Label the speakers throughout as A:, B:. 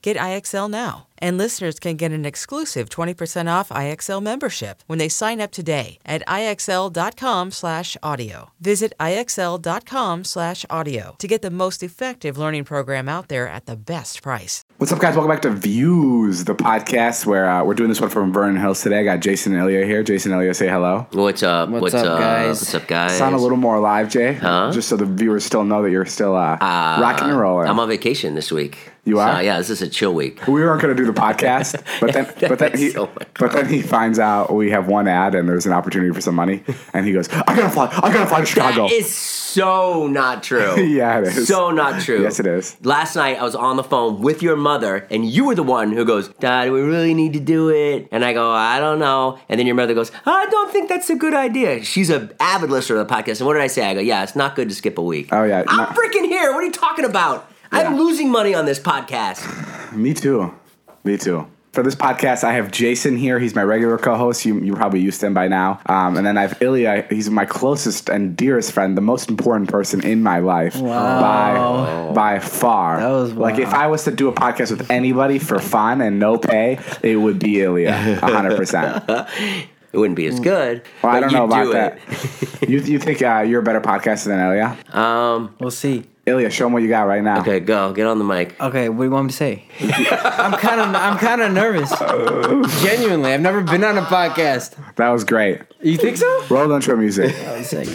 A: Get IXL now. And listeners can get an exclusive 20% off IXL membership when they sign up today at IXL.com slash audio. Visit IXL.com slash audio to get the most effective learning program out there at the best price.
B: What's up, guys? Welcome back to Views, the podcast where uh, we're doing this one from Vernon Hills today. I got Jason and Ilya here. Jason and Ilya, say hello.
C: What's up?
D: What's up, guys?
C: What's up, guys?
B: Sound a little more alive, Jay, just so the viewers still know that you're still uh, rocking and rolling.
C: I'm on vacation this week.
B: You are?
C: So, yeah, this is a chill week.
B: we weren't going to do the podcast, but then, but then
C: That's
B: he,
C: so much
B: but then he finds out we have one ad and there's an opportunity for some money, and he goes, "I gotta fly! I gotta fly to Chicago."
C: That is so not true.
B: Yeah, it is.
C: So not true.
B: Yes, it is.
C: Last night I was on the phone with your mother, and you were the one who goes, "Dad, we really need to do it." And I go, "I don't know." And then your mother goes, "I don't think that's a good idea." She's an avid listener of the podcast, and what did I say? I go, "Yeah, it's not good to skip a week."
B: Oh, yeah.
C: I'm
B: No.
C: freaking here. What are you talking about? I'm
B: Yeah.
C: losing money on this podcast.
B: Me too. Me too. For this podcast, I have Jason here. He's my regular co-host. You you probably used to him by now. Um, and then I have Ilya. He's my closest and dearest friend, the most important person in my life by by far.
D: That was
B: like if I was to do a podcast with anybody for fun and no pay, it would be Ilya, hundred percent. Well,
C: It wouldn't be as good.
B: I
C: but
B: don't
C: you
B: know about
C: do
B: that.
C: it.
B: you you think uh, you're a better podcaster than Ilya?
D: We'll see.
B: Ilya, show him what you got right now.
C: Okay, go get on the mic.
D: Okay, what do you want me to say? I'm kind of I'm kind of nervous. Genuinely, I've never been on a podcast.
B: That was great.
D: You think so?
B: Roll the intro music.
D: One sec.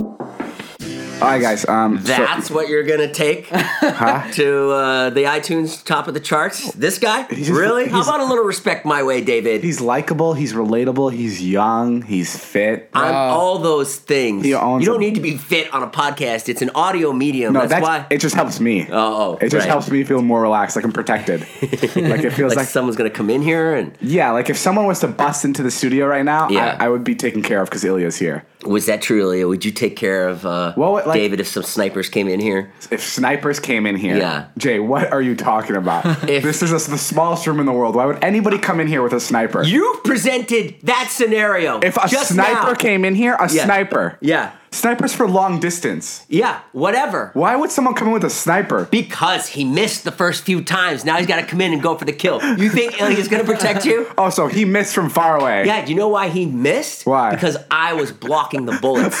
B: All right, guys. Um, so-
C: That's what you're gonna take to uh, the iTunes top of the charts. This guy,
B: He's-
C: really? How
B: he's-
C: about a little respect my way, David?
B: He's likable. He's relatable. He's young. He's fit.
C: I'm all those things.
B: uh, He
C: You
B: owns
C: don't
B: them.
C: need to be fit on a podcast. It's an audio medium.
B: no,
C: that's,
B: that's,
C: why.
B: it. Just helps me.
C: Oh, oh,
B: it just
C: right.
B: helps me feel more relaxed. Like I'm protected. like it feels
C: like,
B: like,
C: someone's gonna come in here and
B: yeah. Like if someone was to bust into the studio right now,
C: Yeah.
B: I, I would be taken care of because Ilya's here.
C: was that true, Ilya? Would you take care of uh,
B: Well, what, like-
C: David if some snipers came in here?
B: If snipers came in here,
C: Yeah.
B: Jay, what are you talking about?
C: If-
B: this is a, the smallest room in the world. Why would anybody come in here with a sniper?
C: You presented that scenario.
B: if a
C: just
B: sniper
C: now.
B: came in here, a
C: Yeah.
B: sniper.
C: yeah,
B: Snipers for long distance.
C: yeah, whatever.
B: Why would someone come in with a sniper?
C: Because he missed the first few times. Now he's got to come in and go for the kill. You think Ilya's going to protect you?
B: Oh, so he missed from far away.
C: Yeah, do you know why he missed?
B: Why?
C: Because I was blocking the bullets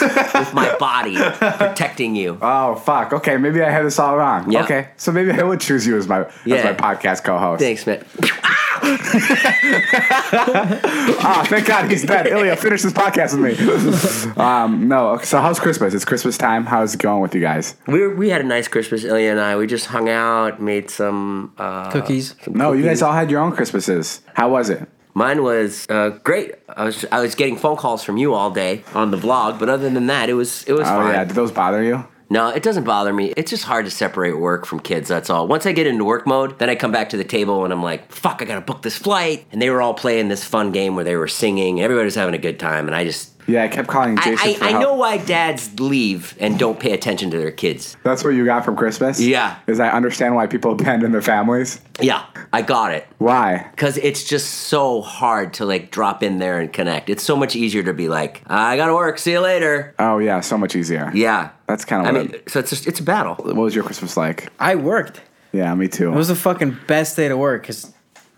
C: with my body, protecting you.
B: Oh fuck. Okay, maybe I had this all wrong.
C: Yeah.
B: Okay, so maybe I would choose you as my as
C: Yeah.
B: my podcast co-host.
C: Thanks, man.
B: Ah, thank God he's dead. Ilya, finish this podcast with me. um, no. So how's Christmas? It's Christmas time. How's it going with you guys?
C: We, were, we had a nice Christmas, Ilya and I. We just hung out, made some. Uh,
D: Cookies.
B: No, you guys all had your own Christmases. How was it?
C: mine was uh, great. I was I was getting phone calls from you all day on the vlog, but other than that, it was it was
B: Oh
C: fine.
B: yeah, did those bother you?
C: No, it doesn't bother me. It's just hard to separate work from kids, that's all. Once I get into work mode, then I come back to the table and I'm like, fuck, I gotta book this flight. And they were all playing this fun game where they were singing. Everybody was having a good time, and I just.
B: Yeah, I kept calling Jason
C: I,
B: for
C: I, I
B: help.
C: know why dads leave and don't pay attention to their kids.
B: That's what you got from Christmas.
C: Yeah.
B: is I understand why people abandon their families.
C: Yeah, I got it.
B: Why?
C: Because it's just so hard to like drop in there and connect. It's so much easier to be like, I gotta work, see you later.
B: Oh yeah, so much easier.
C: Yeah.
B: that's kind
C: I
B: of.
C: mean, so it's just, it's a battle.
B: what was your Christmas like?
D: I worked.
B: Yeah, me too.
D: It was the fucking best day to work because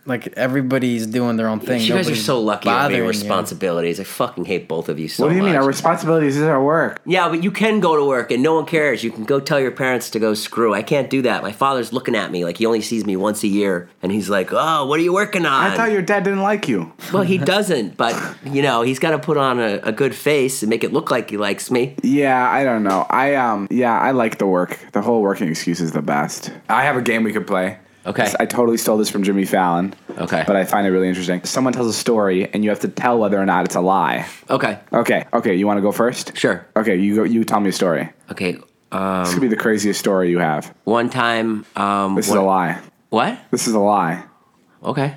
D: like everybody's doing their own thing.
C: You guys are
D: Nobody's
C: so lucky over
D: bothering
C: your
D: you.
C: responsibilities. I fucking hate both of you so
B: What do you
C: much.
B: mean? Our responsibilities is our work.
C: yeah, but you can go to work and no one cares. You can go tell your parents to go screw. I can't do that. My father's looking at me like he only sees me once a year and he's like, oh, what are you working on?
B: I thought your dad didn't like you.
C: well, he doesn't, but you know, he's got to put on a, a good face and make it look like he likes me.
B: Yeah, I don't know. I um, yeah, I like the work. The whole working excuse is the best. I have a game we could play.
C: Okay.
B: I totally stole this from Jimmy Fallon.
C: Okay.
B: But I find it really interesting. Someone tells a story, and you have to tell whether or not it's a lie.
C: Okay.
B: Okay. Okay. You want to go first?
C: Sure.
B: Okay. You go. You tell me a story.
C: Okay. Um,
B: This could be the craziest story you have.
C: one time. Um,
B: This is
C: what-
B: a lie.
C: What?
B: This is a lie.
C: Okay.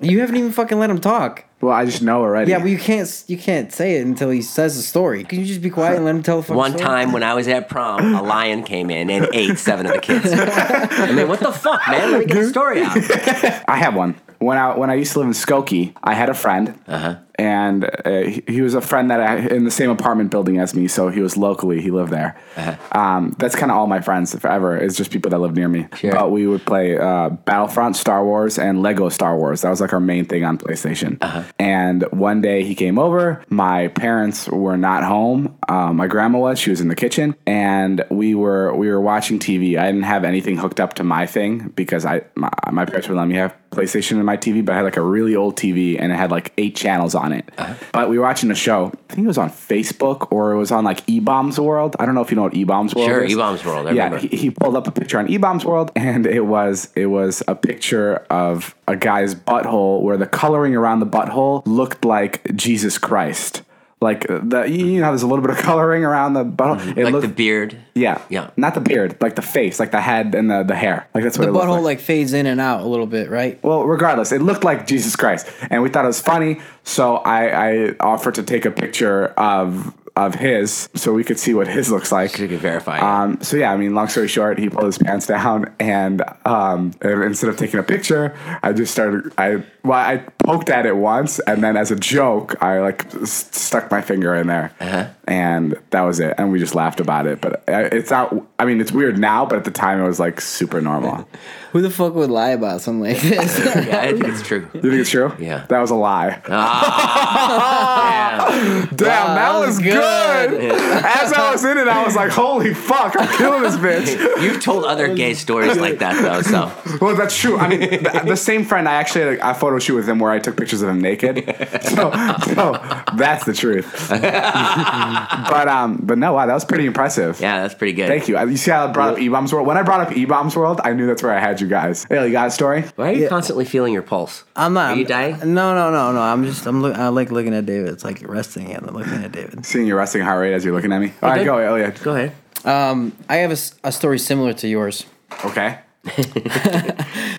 D: You haven't even fucking let him talk.
B: Well, I just know already.
D: Yeah, but you can't you can't say it until he says the story. Can you just be quiet and let him tell the fucking
C: One
D: story?
C: time when I was at prom, a lion came in and ate seven of the kids. I mean, what the fuck, man? Let me get the story out.
B: I have one. When I when I used to live in Skokie, I had a friend, and uh, he, he was a friend that I in the same apartment building as me, so he was locally. He lived there. Um, that's kind of all my friends forever. It's just people that live near me.
C: Sure.
B: But we would play uh, Battlefront, Star Wars, and Lego Star Wars. That was like our main thing on PlayStation. And one day he came over. My parents were not home. Um, my grandma was. She was in the kitchen, and we were we were watching TV. I didn't have anything hooked up to my thing because I my, my parents would let me have PlayStation and my TV, but I had like a really old TV and it had like eight channels on it.
C: Uh-huh.
B: But we were watching a show. I think it was on Facebook or it was on like E Bombs World. I don't know if you know what E Bombs World
C: Sure,
B: is.
C: E-Bombs World, I
B: yeah,
C: remember.
B: he- he pulled up a picture on E-Bombs World, and it was it was a picture of a guy's butthole where the coloring around the butthole looked like Jesus Christ. Like the you know, how there's a little bit of coloring around the butthole. It
C: Mm-hmm. Like
B: looked
C: the beard.
B: yeah,
C: Yeah.
B: not the beard, like the face, like the head and the, the hair. Like that's what
D: the
B: it looked
D: butthole
B: like.
D: like fades in and out a little bit, right?
B: Well, regardless, it looked like Jesus Christ, and we thought it was funny. So I, I offered to take a picture of of his, so we could see what his looks like.
C: You can verify. it.
B: Um, so yeah, I mean, long story short, he pulled his pants down, and, um, and instead of taking a picture, I just started. I well, I poked at it once, and then as a joke, I like s- stuck my finger in there,
C: Uh-huh.
B: and that was it. And we just laughed about it. But uh, it's not. I mean, it's weird now, but at the time, it was like super normal.
D: Who the fuck would lie about something like this?
C: yeah, I think it's true.
B: You think it's true?
C: Yeah. Ah.
B: that was a lie.
C: Yeah.
B: Damn, that, was, good. As I was in it, I was like, "Holy fuck, I'm killing this bitch."
C: You've told other gay stories like that though, so
B: Well, that's true. I mean, the, the same friend I actually had a, a photo shoot with him where I took pictures of him naked. So, so that's the truth. but um, but no, wow, that was pretty impressive.
C: yeah, that's pretty good.
B: Thank you. You see how I brought up E Bombs World? When I brought up E Bombs World, I knew that's where I had you guys. Hey, you got a story?
C: Why are you constantly feeling your pulse?
D: I'm not.
C: Are you dying?
D: No, no, no, no. I'm just. I'm. Look, I like looking at David. It's like resting and looking at David.
B: Seeing your resting heart rate as you're looking at me. All right, go, Elliot.
C: Go ahead.
D: Um, I have a, s- a story similar to yours.
B: Okay.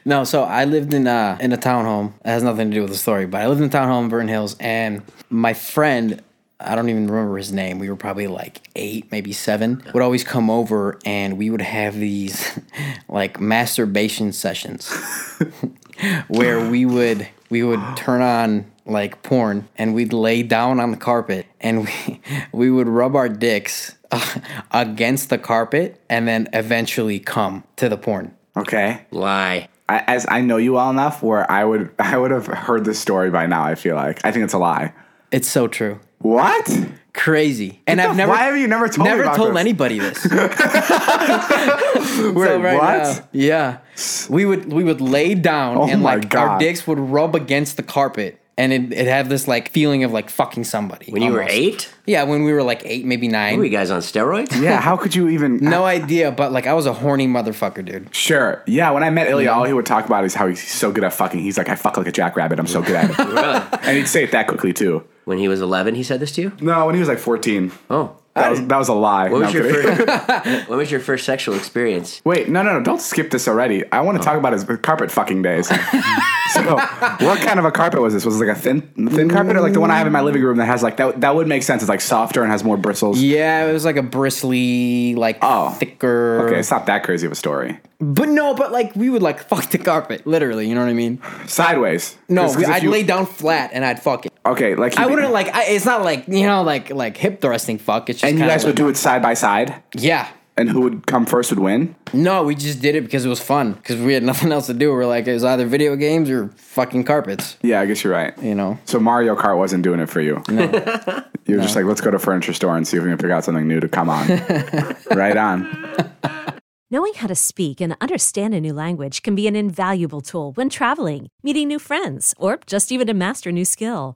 D: No, so I lived in uh in a townhome. It has nothing to do with the story, but I lived in a townhome in Burton Hills, and my friend, I don't even remember his name. We were probably like eight, maybe seven. Would always come over, and we would have these like masturbation sessions, where we would we would turn on like porn, and we'd lay down on the carpet, and we we would rub our dicks against the carpet, and then eventually come to the porn.
B: Okay.
C: Lie.
B: I, as I know you well enough, where I would I would have heard this story by now. I feel like I think it's a lie.
D: It's so true.
B: What?
D: crazy. And
B: the
D: I've
B: f-
D: never
B: why have you never told me
D: never
B: about
D: told
B: this?
D: anybody this.
B: Wait,
D: So right
B: what?
D: now- yeah. We would we would lay down
B: Oh
D: and
B: my
D: like our
B: God.
D: dicks would rub against the carpet and it it have this like feeling of like fucking somebody.
C: When you were
D: almost.
C: eight?
D: Yeah, when we were like eight, maybe nine.
C: Were you guys on steroids?
B: Yeah, how could you even?
D: no idea, but like I was a horny motherfucker, dude.
B: Sure. Yeah. When I met Ilya, all he would talk about is how he's so good at fucking. He's like, I fuck like a jackrabbit. I'm so good at it.
C: Really?
B: and he'd say it that quickly too.
C: When he was 11, he said this to you?
B: No, when he was like 14.
C: Oh.
B: That was, that was a lie. No,
C: What was,
B: I'm
C: your
B: kidding.
C: first, what was your first sexual experience?
B: Wait, no, no, no! Don't skip this already. I want to talk about his carpet fucking days. so, what kind of a carpet was this? Was it like a thin, thin carpet, or like the one I have in my living room that has like that? That would make sense. It's like softer and has more bristles.
D: Yeah, it was like a bristly, like
B: Oh.
D: thicker.
B: Okay, it's not that crazy of a story.
D: But no, but like we would like fuck the carpet, literally. You know what I mean?
B: Sideways.
D: No,
B: 'Cause- 'cause if
D: I'd
B: you-
D: lay down flat and I'd fuck it.
B: Okay, like
D: I wouldn't like. I, it's not like you know, like like hip thrusting. Fuck. It's just
B: And you
D: kinda
B: guys would
D: like-
B: do it side by side,
D: Yeah.
B: and who would come first would win.
D: No, we just did it because it was fun. Because we had nothing else to do. We're like, it was either video games or fucking carpets.
B: Yeah, I guess you're right.
D: You know.
B: So Mario Kart wasn't doing it for you. No. You're just like, let's go to furniture store and see if we can pick out something new to come on. right on.
E: Knowing how to speak and understand a new language can be an invaluable tool when traveling, meeting new friends, or just even to master a new skill.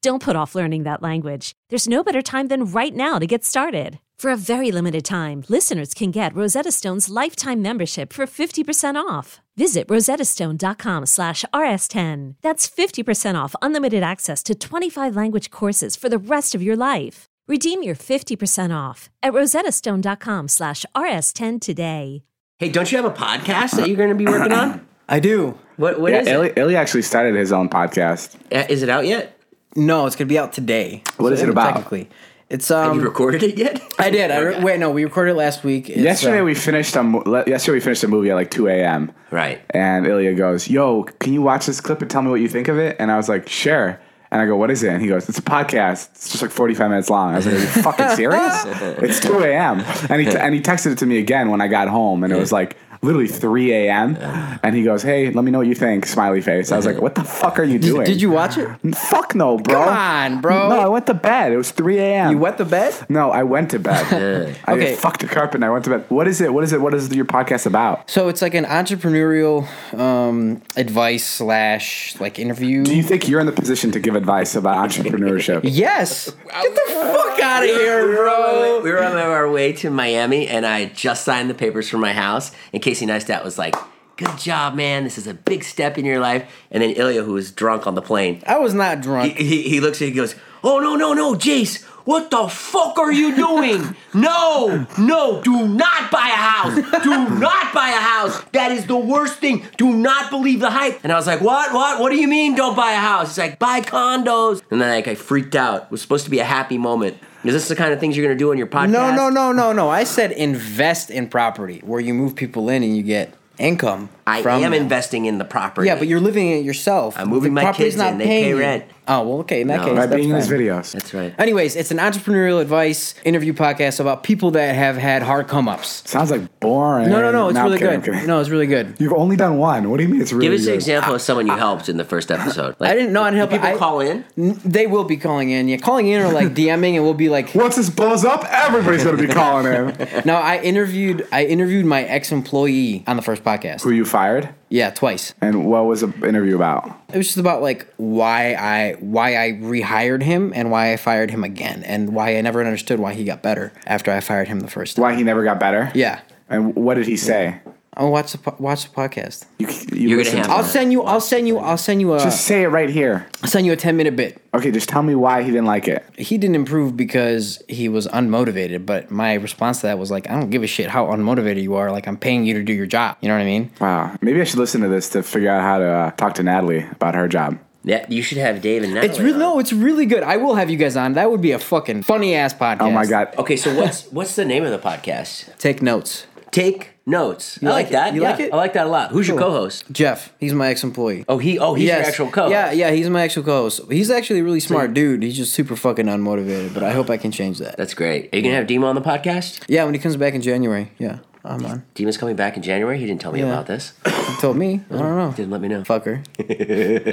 E: Don't put off learning that language. There's no better time than right now to get started. For a very limited time, listeners can get Rosetta Stone's lifetime membership for 50% off. Visit rosettastone.com slash rs10. That's 50% off unlimited access to 25 language courses for the rest of your life. Redeem your 50% off at rosettastone.com slash rs10 today.
C: Hey, don't you have a podcast that you're going to be working on?
D: I do.
C: What What
B: Yeah,
C: is
B: Illy, Illy actually started his own podcast.
C: it? Uh, Is it out yet?
D: No, it's gonna be out today.
B: What is it about?
D: Technically, it's
C: You
D: um.
C: recorded it yet?
D: I did. I re- wait. No, we recorded it last week. It's,
B: yesterday
D: uh,
B: we finished a mo- le- yesterday we finished a movie at like 2 a.m.
C: Right.
B: And Ilya goes, "Yo, can you watch this clip and tell me what you think of it?" And I was like, "Sure." And I go, "What is it?" And he goes, "It's a podcast. It's just like 45 minutes long." I was like, "Are you fucking serious?" it's 2 a.m. And he t- and he texted it to me again when I got home, and it was like literally 3 a.m. And he goes, "Hey, let me know what you think." Smiley face. I was like, "What the fuck are you doing?"
D: Did you watch it?
B: Fuck no, bro.
D: Come on, bro.
B: No, I went to bed. It was 3 a.m.
D: You wet the bed?
B: No, I went to bed. I
D: Okay.
B: fucked the carpet and I went to bed. What is it? What is it? What is your podcast about?
D: So it's like an entrepreneurial um, advice slash like interview.
B: Do you think you're in the position to give advice about entrepreneurship?
D: yes. Get the fuck out of here,
C: We were on
D: bro.
C: our way- we were on our way to Miami, and I had just signed the papers for my house. And Casey Neistat was like, "Good job, man! This is a big step in your life." And then Ilya, who was drunk on the plane,
D: I was not
C: he,
D: drunk.
C: he, he looks at me and goes, "Oh no, no, no, Jace! What the fuck are you doing? No, no! Do not buy a house! Do not buy a house! That is the worst thing! Do not believe the hype!" And I was like, "What? What? What do you mean? Don't buy a house?" He's like, "Buy condos!" And then like I freaked out. It was supposed to be a happy moment. Is this the kind of things you're gonna do on your podcast?
D: No, no, no, no, no. I said invest in property where you move people in and you get income.
C: I
D: from
C: am
D: them.
C: investing in the property.
D: Yeah, but you're living in it yourself.
C: I'm moving my
D: property's
C: kids in. They pay
D: paying you.
C: rent.
D: Oh well, okay. In that
C: No.
D: case,
B: By
D: that's
B: being in these
D: fine.
B: videos.
C: That's right.
D: Anyways, it's an entrepreneurial advice interview podcast about people that have had hard come ups.
B: Sounds like boring.
D: No, no, no. It's
B: I'm
D: really
B: kidding, I'm
D: good.
B: kidding.
D: No, it's really good.
B: You've only done one. What do you mean it's really
C: Give us
B: good?
C: an example of someone you helped in the first episode. Like,
D: I didn't know I'd help.
C: did people
D: I-
C: call in.
D: N- They will be calling in. Yeah, calling in or like DMing, and we'll be like,
B: Once this blows up, everybody's going to be calling in.
D: no. I interviewed. I interviewed my ex employee on the first podcast.
B: Were you fired?
D: Yeah, twice.
B: And what was the interview about?
D: It was just about like why I why I rehired him and why I fired him again and why I never understood why he got better after I fired him the first time.
B: Why he never got better?
D: Yeah.
B: And what did he say?
D: Oh, watch the po- watch the podcast.
B: You,
C: You're gonna
B: listen
C: have
B: to
C: to-
D: I'll send you. I'll send you. I'll send you a.
B: Just say it right here.
D: I'll send you a ten minute bit.
B: Okay, just tell me why he didn't like it.
D: He didn't improve because he was unmotivated. But my response to that was like, I don't give a shit how unmotivated you are. Like I'm paying you to do your job. You know what I mean?
B: Wow. Maybe I should listen to this to figure out how to uh, talk to Natalie about her job.
C: Yeah, you should have Dave and Natalie.
D: It's
B: uh,
D: really
C: on.
D: no. It's really good. I will have you guys on. That would be a fucking funny ass podcast.
B: Oh my God.
C: Okay, so what's what's the name of the podcast?
D: Take notes,
C: Take notes. I like,
D: like it?
C: that.
D: You
C: yeah,
D: like it?
C: I like that a lot. Who's your co-host?
D: Jeff. He's my ex employee.
C: Oh, he. Oh, he's your actual co.
D: Yeah, yeah, he's my actual co-host. He's actually a really smart dude. He's just super fucking unmotivated, but I hope I can change that.
C: That's great. Are you gonna have Dima on the podcast?
D: Yeah, when he comes back in January. Yeah, I'm on.
C: Dima's coming back in January. He didn't tell me about this.
D: He told me. I don't know.
C: Didn't let me know.
D: Fucker.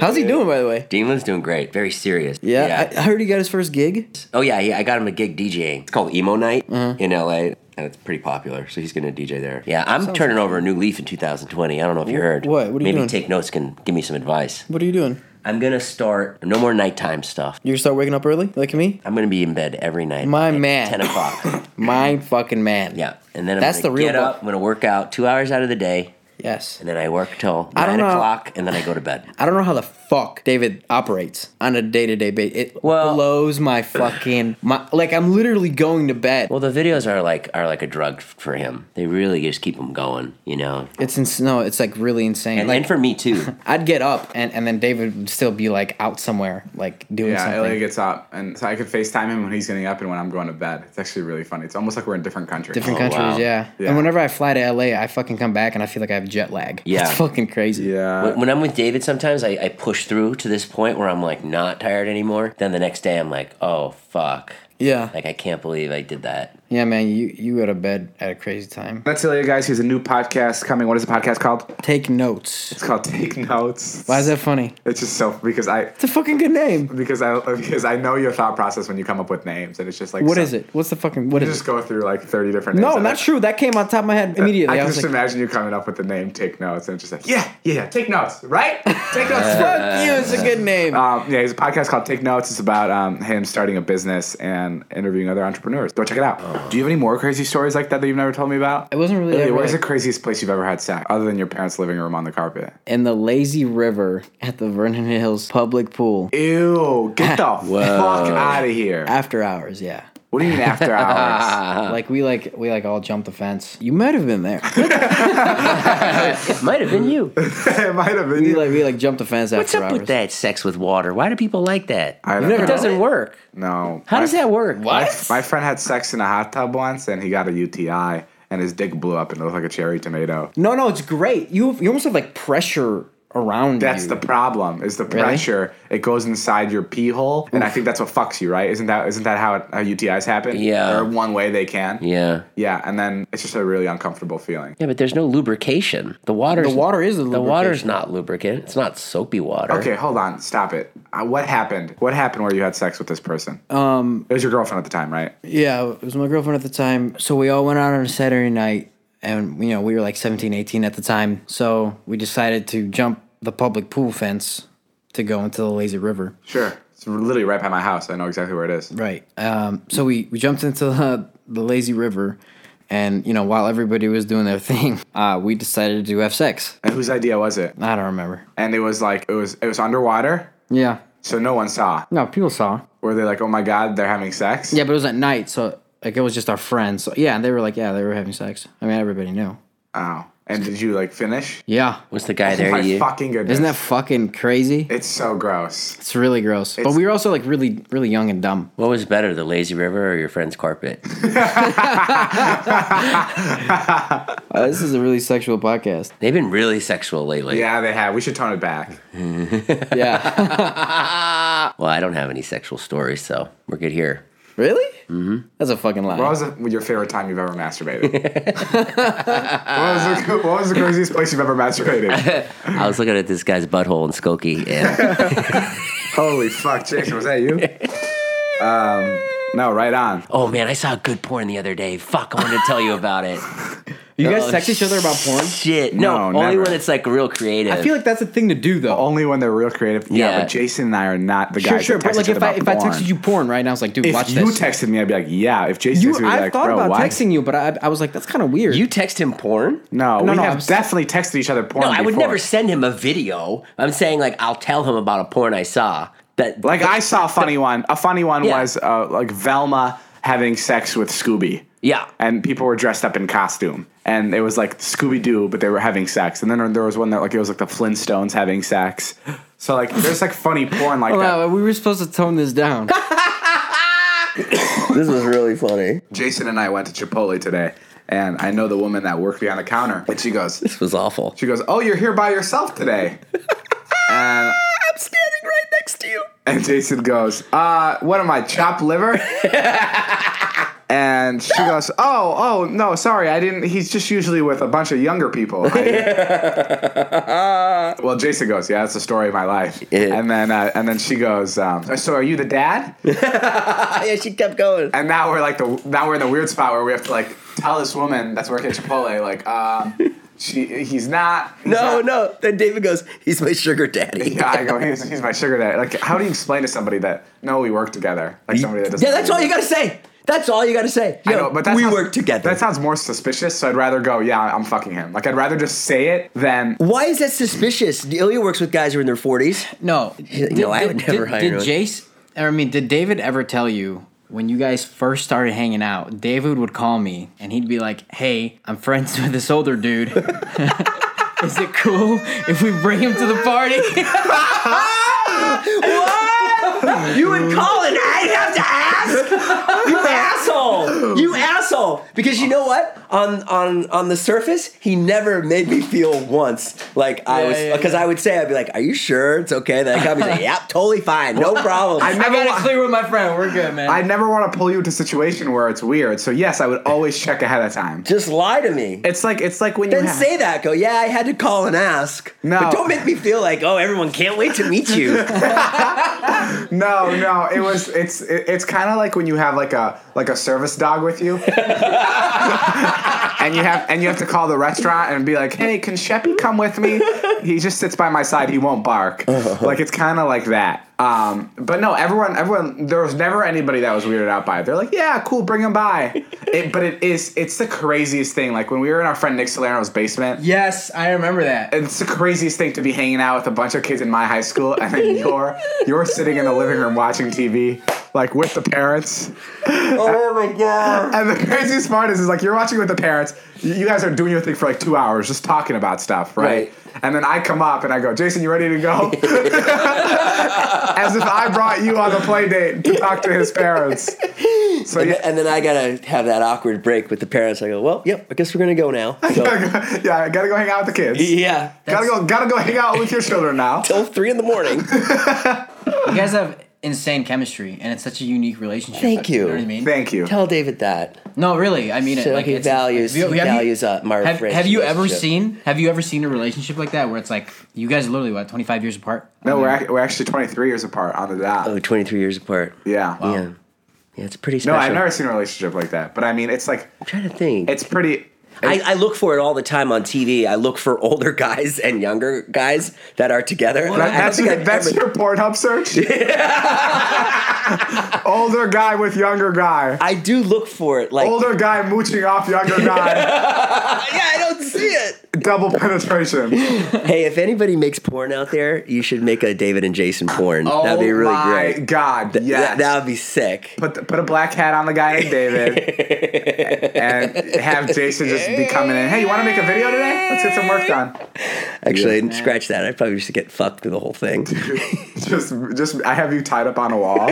D: How's he doing, by the way?
C: Dima's doing great. Very serious.
D: Yeah, I, I heard he got his first gig.
C: oh yeah, yeah. I got him a gig DJing. It's called Emo Night in LA. And it's pretty popular, so he's gonna DJ there. Yeah, I'm turning over a new leaf in 2020. I don't know if you heard.
D: what? What are you
C: Maybe
D: doing?
C: take notes can give me some advice.
D: What are you doing?
C: I'm gonna start no more nighttime stuff.
D: You start waking up early, like me?
C: I'm gonna be in bed every night.
D: My
C: at
D: man.
C: 10 o'clock.
D: My fucking man.
C: Yeah, and then I'm
D: That's
C: gonna
D: the real
C: get
D: book.
C: up. I'm gonna work out two hours out of the day,
D: Yes.
C: and then I work till
D: I don't
C: nine
D: know.
C: o'clock, and then I go to bed.
D: I don't know how the fuck David operates on a day to day basis. It
C: Well-
D: blows my fucking my like I'm literally going to bed.
C: Well, the videos are like are like a drug for him. They really just keep him going, you know.
D: it's ins- no, it's like really insane.
C: And,
D: like
C: and for me too.
D: I'd get up and, and then David would still be like out somewhere, like doing
B: Yeah,
D: something.
B: Ilya gets up, and so I could FaceTime him when he's getting up and when I'm going to bed. It's actually really funny. It's almost like we're in different countries.
D: Different
C: Oh,
D: countries,
C: wow.
D: yeah.
B: Yeah.
D: And whenever I fly to LA, I fucking come back and I feel like I have jet lag.
C: Yeah.
D: it's fucking crazy.
B: Yeah.
C: When, when I'm with David, sometimes I, I push through to this point where I'm like not tired anymore. Then the next day I'm like, oh fuck,
D: yeah,
C: like I can't believe I did that.
D: yeah, man. You you go to bed at a crazy time.
B: That's Ilya, guys. He has a new podcast coming. What is the podcast called?
D: Take notes.
B: It's called Take Notes.
D: Why is that funny?
B: It's just so because I
D: It's a fucking good name.
B: because I because I know your thought process when you come up with names, and it's just like
D: What
B: some-
D: is it? What's the fucking what
B: You
D: is
B: just
D: it?
B: go through like thirty different. names.
D: No,
B: And
D: not
B: I-
D: true. That came on top of my head immediately.
B: I
D: I,
B: can
D: was
B: just
D: like,
B: imagine you coming up with the name Take Notes, and it's just like, yeah, yeah, yeah, Take Notes, right? Take Notes.
D: "Fuck you, it's a good name."
B: Um, yeah, it's a podcast called Take Notes. It's about um, him starting a business and interviewing other entrepreneurs. Go check it out. Do you have any more crazy stories like that that you've never told me about?
D: It wasn't really
B: Ilya,
D: ever,
B: where's
D: like-
B: the craziest place you've ever had sex, other than your parents' living room on the carpet?
D: In the lazy river at the Vernon Hills public pool
B: Ew! Get the fuck out of here.
D: after hours. Yeah.
B: What do you mean after hours?
C: Uh-huh.
D: Like we like we like all jumped the fence. You might have been there.
C: It might have been you.
B: it might have been.
D: we
B: you.
D: like we like jumped the fence
C: What's
D: after
C: up
D: hours.
C: with that sex with water? Why do people like that?
B: I don't
C: it
B: know.
C: doesn't work.
B: No.
C: How does that work?
D: What?
B: My friend had sex in a hot tub once, and he got a UTI, and his dick blew up and it looked like a cherry tomato.
D: No, no, it's great. You you almost have like pressure around
B: That's
D: you.
B: the problem. Is the pressure? It goes inside your pee hole, and I think that's what fucks you, right? Isn't that isn't that how, it, how UTIs happen?
C: Yeah.
B: Or one way they can.
C: Yeah.
B: Yeah, and then it's just a really uncomfortable feeling.
C: Yeah, but there's no lubrication. The water.
D: The water is the
C: The water's
D: lubrication.
C: not lubricant. It's not soapy water.
B: Okay, hold on, stop it. Uh, what happened? What happened where you had sex with this person? Um, it was your girlfriend at the time, right?
D: Yeah, it was my girlfriend at the time. So we all went out on a Saturday night and you know, we were like 17, 18 at the time. So we decided to jump the public pool fence to go into the lazy river.
B: Sure. It's literally right by my house. I know exactly where it is.
D: Right. Um, so we, we jumped into the, the lazy river and you know, while everybody was doing their thing, uh, we decided to have sex.
B: And whose idea was it?
D: I don't remember.
B: And it was like it was it was underwater,
D: Yeah.
B: so no one saw.
D: No, people saw.
B: Were they like, oh my god, they're having sex?
D: Yeah, but it was at night, so like it was just our friends. So yeah, they were like, yeah, they were having sex. I mean, everybody knew.
B: Oh. And did you like finish?
D: Yeah.
C: Was the guy
B: oh
C: there?
B: my
C: You.
B: fucking goodness.
D: Isn't that fucking crazy?
B: It's so gross.
D: It's really gross. But we were also like really, really young and dumb.
C: What was better, the lazy river or your friend's carpet?
D: Uh, this is a really sexual podcast.
C: They've been really sexual lately.
B: Yeah, they have. We should tone it back.
D: Yeah.
C: Well, I don't have any sexual stories, so we're good here.
D: really? Mm-hmm. That's a fucking lie.
B: What was the, your favorite time you've ever masturbated? what, was the, what was the craziest place you've ever masturbated?
C: I was looking at this guy's butthole in Skokie, and
B: Holy fuck, Jason, was that you? Um, no, right on.
C: oh man, I saw a good porn the other day. Fuck, I wanted to tell you about it.
D: you guys text each other about porn?
C: Shit, no,
B: No,
C: only
B: never.
C: when it's like real creative.
D: I feel like that's a thing to do though.
B: Only when they're real creative. Yeah,
C: Yeah.
B: but Jason and I are not the
D: sure,
B: guys.
D: sure.
B: that
D: But
B: text
D: like
B: each other
D: if I
B: about
D: if I
B: porn.
D: texted you porn right now, it's like, dude,
B: if
D: watch
B: you
D: this.
B: texted me, I'd be like, yeah. If Jason
D: You-
B: texted me, I'd
D: I
B: be like,
D: thought
B: bro,
D: about
B: why?
D: texting you, but I, I was like, that's kind of weird.
C: you text him porn?
B: No,
D: No,
B: we
D: no,
B: have
D: I'm s-
B: definitely texted each other porn.
C: No, I would
B: before.
C: never send him a video. I'm saying like I'll tell him about a porn I saw. That
B: Like I saw a funny one. A funny one
C: Yeah.
B: was uh, like Velma having sex with Scooby.
C: Yeah.
B: And people were dressed up in costume, and it was like Scooby Doo, but they were having sex. And then there was one that like it was like the Flintstones having sex. So like there's like funny porn like that.
D: Wow, uh, we were supposed to tone this down.
C: this was really funny.
B: Jason and I went to Chipotle today, and I know the woman that worked behind the counter, and she goes,
C: This was awful.
B: she goes, "Oh, you're here by yourself today." and
C: I'm standing right next to you.
B: And Jason goes, uh, what am I, chopped liver? and she goes, oh, oh, no, sorry, I didn't. He's just usually with a bunch of younger people. I didn't- well, Jason goes, yeah, that's the story of my life.
C: Yeah.
B: And then, uh, and then she goes, um, so are you the dad?
C: yeah, she kept going.
B: And now we're like the now we're in the weird spot where we have to like tell this woman that's working at Chipotle, like, um, she, he's not. he's
C: No,
B: not-
C: no. Then David goes, "He's my sugar daddy."
B: Yeah, I go. He's, he's my sugar daddy. Like, how do you explain to somebody that no, we work together? Like somebody that doesn't.
C: Yeah, that's
B: know
C: all you gotta say. That's all you got to say.
B: I
C: Yo,
B: know, but that
C: we
B: sounds-
C: work together.
B: That sounds more suspicious, so I'd rather go, yeah, I'm fucking him. Like, I'd rather just say it than.
C: Why is that suspicious? Ilya works with guys who are in their 40s.
D: No,
C: like, "No, I would never
D: Did,
C: hire
D: did
C: him."
D: Jace? Or I mean, did David ever tell you when you guys first started hanging out? David would call me and he'd be like, "Hey, I'm friends with this older dude. Is it cool if we bring him to the party?"
C: You would call and I'd have to ask. You asshole! You asshole! Because you know what? On on on the surface, he never made me feel once like I
D: Yeah,
C: was
D: yeah,
C: because I would say I'd be like, "Are you sure it's okay?" Then I come and say, "Yep, totally fine, no problem."
B: I
D: I
B: never,
D: got it
B: wa-
D: clear with my friend. We're good, man.
B: I never want to pull you into a situation where it's weird. So, yes, I would always check ahead of time.
C: Just lie to me.
B: It's like it's like when you
C: Then
B: have-
C: say that. Go, yeah, I had to call and ask.
B: No.
C: But don't make me feel like, oh, everyone can't wait to meet you.
B: No, no, it was it's it, it's kind of like when you have like a like a service dog with you, and you have and you have to call the restaurant and be like, hey, can Sheppy come with me? He just sits by my side. He won't bark. like it's kind of like that. Um, but no, everyone, everyone, there was never anybody that was weirded out by it. They're like, yeah, cool, bring him by. It, but it is it's the craziest thing. Like when we were in our friend Nick Salerno's basement.
D: yes, I remember that.
B: It's the craziest thing to be hanging out with a bunch of kids in my high school, and then you're you're sitting in the living room watching TV, like with the parents.
C: oh my god.
B: And the craziest part is, is like you're watching with the parents. You you guys are doing your thing for like two hours, just talking about stuff, right? And then I come up and I go, Jason, you ready to go? As if I brought you on the play date to talk to his parents. So
C: And,
B: yeah,
C: th- and then I gotta have that awkward break with the parents. I go, well, yep, I guess we're gonna go now. So,
B: yeah, I gotta go hang out with the kids.
C: yeah,
B: Gotta go, gotta go hang out with your children now.
C: till three in the morning.
D: You guys have insane chemistry, and it's such a unique relationship.
C: Thank you.
D: know what I mean?
B: Thank you.
C: Tell David that.
D: No, really, I mean it.
C: So
D: Like
C: he
D: it's,
C: values-
D: have you-
C: he
D: have you-
C: values, uh, my
D: have,
C: friendship.
D: have you ever seen? Have you ever seen a relationship like that where it's like you guys are literally what twenty five years apart?
B: No, we're, ac- we're actually 23 years apart on the dot.
C: Oh, 23 years apart.
B: Yeah.
C: Yeah. Yeah, it's pretty
B: No,
C: special.
B: I've never seen a relationship like that. But I mean, it's like
C: I'm trying to think.
B: it's pretty.
C: I, I look for it all the time on TV. I look for older guys and younger guys that are together.
B: That, that's your, that's your Pornhub search. Older guy with younger guy.
C: I do look for it. Like,
B: Older guy mooching off younger guy.
C: yeah, I don't see it.
B: Double penetration.
C: hey, if anybody makes porn out there, you should make a David and Jason porn. That'd be really
B: Oh my
C: great.
B: God.
C: That,
B: Yes.
C: that would be sick.
B: put the, put a black hat on the guy named David, and have Jason just be coming in. Hey, you want to make a video today? Let's get some work done.
C: Actually, scratch that. I probably should get fucked through the whole thing.
B: just just I have you tied up on a wall.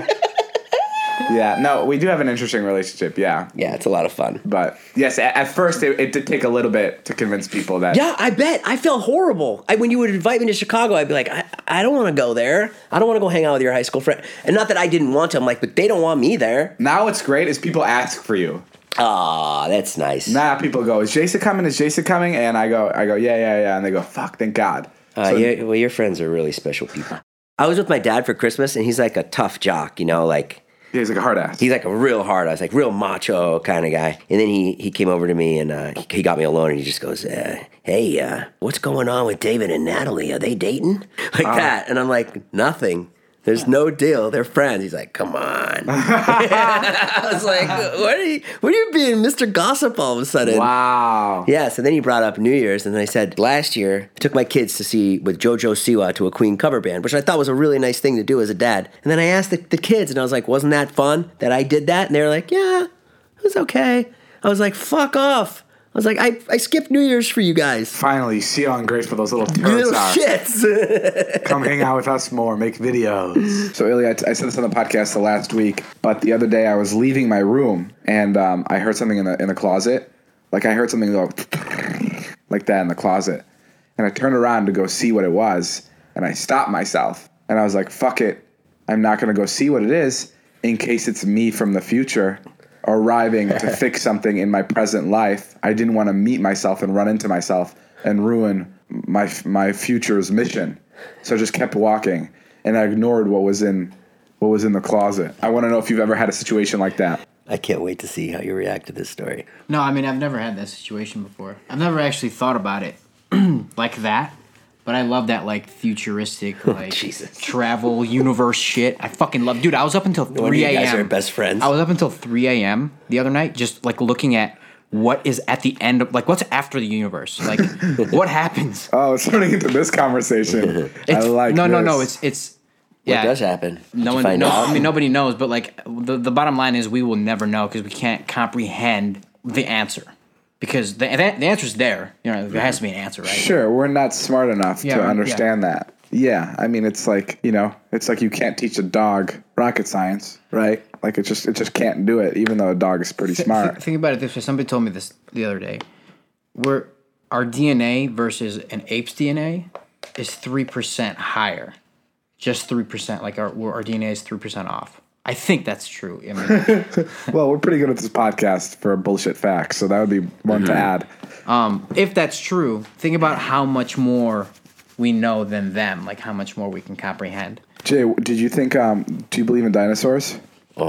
B: yeah. No, we do have an interesting relationship. Yeah.
C: yeah, it's a lot of fun.
B: But yes, at, at first it, it did take a little bit to convince people that.
C: Yeah, I bet. I felt horrible. I, when you would invite me to Chicago, I'd be like, I, I don't want to go there. I don't want to go hang out with your high school friend. And not that I didn't want to. I'm like, but they don't want me there.
B: Now what's great is people ask for you.
C: Ah, that's nice.
B: Now people go, "Is Jason coming? Is Jason coming?" And I go, "I go, yeah, yeah, yeah." And they go, "Fuck, thank God."
C: Uh, you- well, your friends are really special people. I was with my dad for Christmas, and he's like a tough jock, you know, like
B: He's like a hard ass.
C: he's like a real hard. I was like real macho kind of guy. And then he he came over to me and uh, he, he got me alone, and he just goes, uh, "Hey, uh, what's going on with David and Natalie? Are they dating?" Like that, and I'm like, "Nothing." There's no deal. They're friends. He's like, "Come on." I was like, "What are you? What are you being, Mr. Gossip?" All of a sudden,
B: wow.
C: yeah, so then he brought up New Year's, and then I said, last year, I took my kids to see with JoJo Siwa to a Queen cover band, which I thought was a really nice thing to do as a dad. And then I asked the, the kids, and I was like, wasn't that fun that I did that? And they were like, yeah, it was okay. I was like, fuck off. I was like, I, I skipped New Year's for you guys.
B: Finally, you see how ungrateful those little
C: You
B: turds
C: little
B: are.
C: shits.
B: Come hang out with us more, make videos. So, Ilya, I, I said this on the podcast the last week, but the other day I was leaving my room and um, I heard something in the in the closet. Like I heard something go like that in the closet, and I turned around to go see what it was, and I stopped myself, and I was like, "Fuck it, I'm not gonna go see what it is in case it's me from the future." Arriving to fix something in my present life, I didn't want to meet myself and run into myself and ruin my my future's mission. So I just kept walking and I ignored what was in what was in the closet. I want to know if you've ever had a situation like that.
C: I can't wait to see how you react to this story.
D: No, I mean I've never had that situation before. I've never actually thought about it like that. But I love that like
C: Oh,
D: futuristic like travel universe shit. I fucking love, dude. I was up until
C: wonder
D: three
C: you
D: a.m.
C: guys are best friends.
D: I was up until three a.m. the other night, just like looking at what is at the end of like what's after the universe, like what happens.
B: Oh, it's turning into this conversation. I
D: It's-
B: like
D: no, no, no.
B: this.
D: It's it's
C: What does happen? Did
D: no
C: you
D: one,
C: find
D: no,
C: out?
D: I mean nobody knows, but like the, the bottom line is we will never know because we can't comprehend the answer because the the, the answer's there. You know, there has to be an answer, right?
B: sure we're not smart enough
D: Yeah,
B: to
D: yeah.
B: understand that. Yeah, I mean it's like you know it's like you can't teach a dog rocket science, right? Like it just it just can't do it, even though a dog is pretty
D: Th-
B: smart.
D: th- think about it this way. Somebody told me this the other day. We're our DNA versus an ape's DNA is three percent higher. Just three percent. Like our we're- our DNA is three percent off. I think that's true. I mean,
B: Well, we're pretty good at this podcast for bullshit facts, so that would be one
C: Mm-hmm.
B: to add.
D: Um, if that's true, think about how much more we know than them, like how much more we can comprehend.
B: Jay, w- did you think? Um, do you believe in dinosaurs?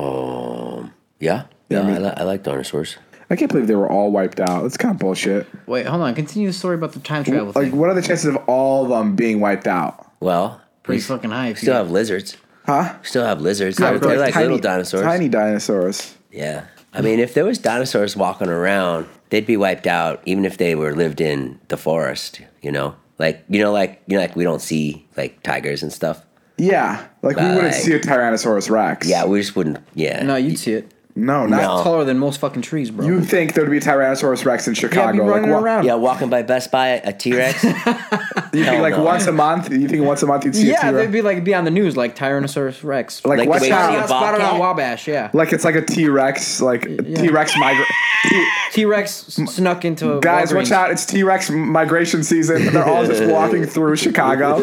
C: Um, yeah. No, I, li- I like dinosaurs.
B: I can't believe they were all wiped out. That's kind of bullshit.
D: Wait, hold on. Continue the story about the time travel
B: Like,
D: thing.
B: what are the chances of all of them being wiped out?
C: Well,
D: Pretty
C: we s-
D: fucking high. If you
C: still have lizards. Huh? Still have lizards. They're, they're like little dinosaurs.
B: Tiny dinosaurs.
C: Yeah. I mean, if there was dinosaurs walking around, they'd be wiped out, even if they were lived in the forest. You know, like you know, like you know, like we don't see like tigers and stuff.
B: Yeah, like we
C: But,
B: wouldn't
C: like-
B: see a Tyrannosaurus Rex.
C: Yeah, we just wouldn't. Yeah.
D: no, you'd see it.
B: no, not
C: No.
D: Taller than most fucking trees, bro.
B: You think there'd be Tyrannosaurus Rex in
D: yeah, be
B: Chicago?
D: running
B: like, wa-
D: around.
C: Yeah, walking by Best Buy, a T Rex.
B: You think
C: Hell
B: like
C: no.
B: once a month? You think once a month you'd see
D: Yeah,
B: a T-Rex?
D: they'd be like be on the news, like Tyrannosaurus Rex.
B: like,
C: like the
B: watch
C: way you
B: out.
C: see a
D: Spotted- spotted
C: bobcat?
D: on Wabash. Yeah,
B: Like it's like a T-Rex, like T-Rex migrant.
D: T Rex snuck into a
B: Guys,
D: Walgreens.
B: watch out! It's T Rex migration season. They're all just walking through Chicago.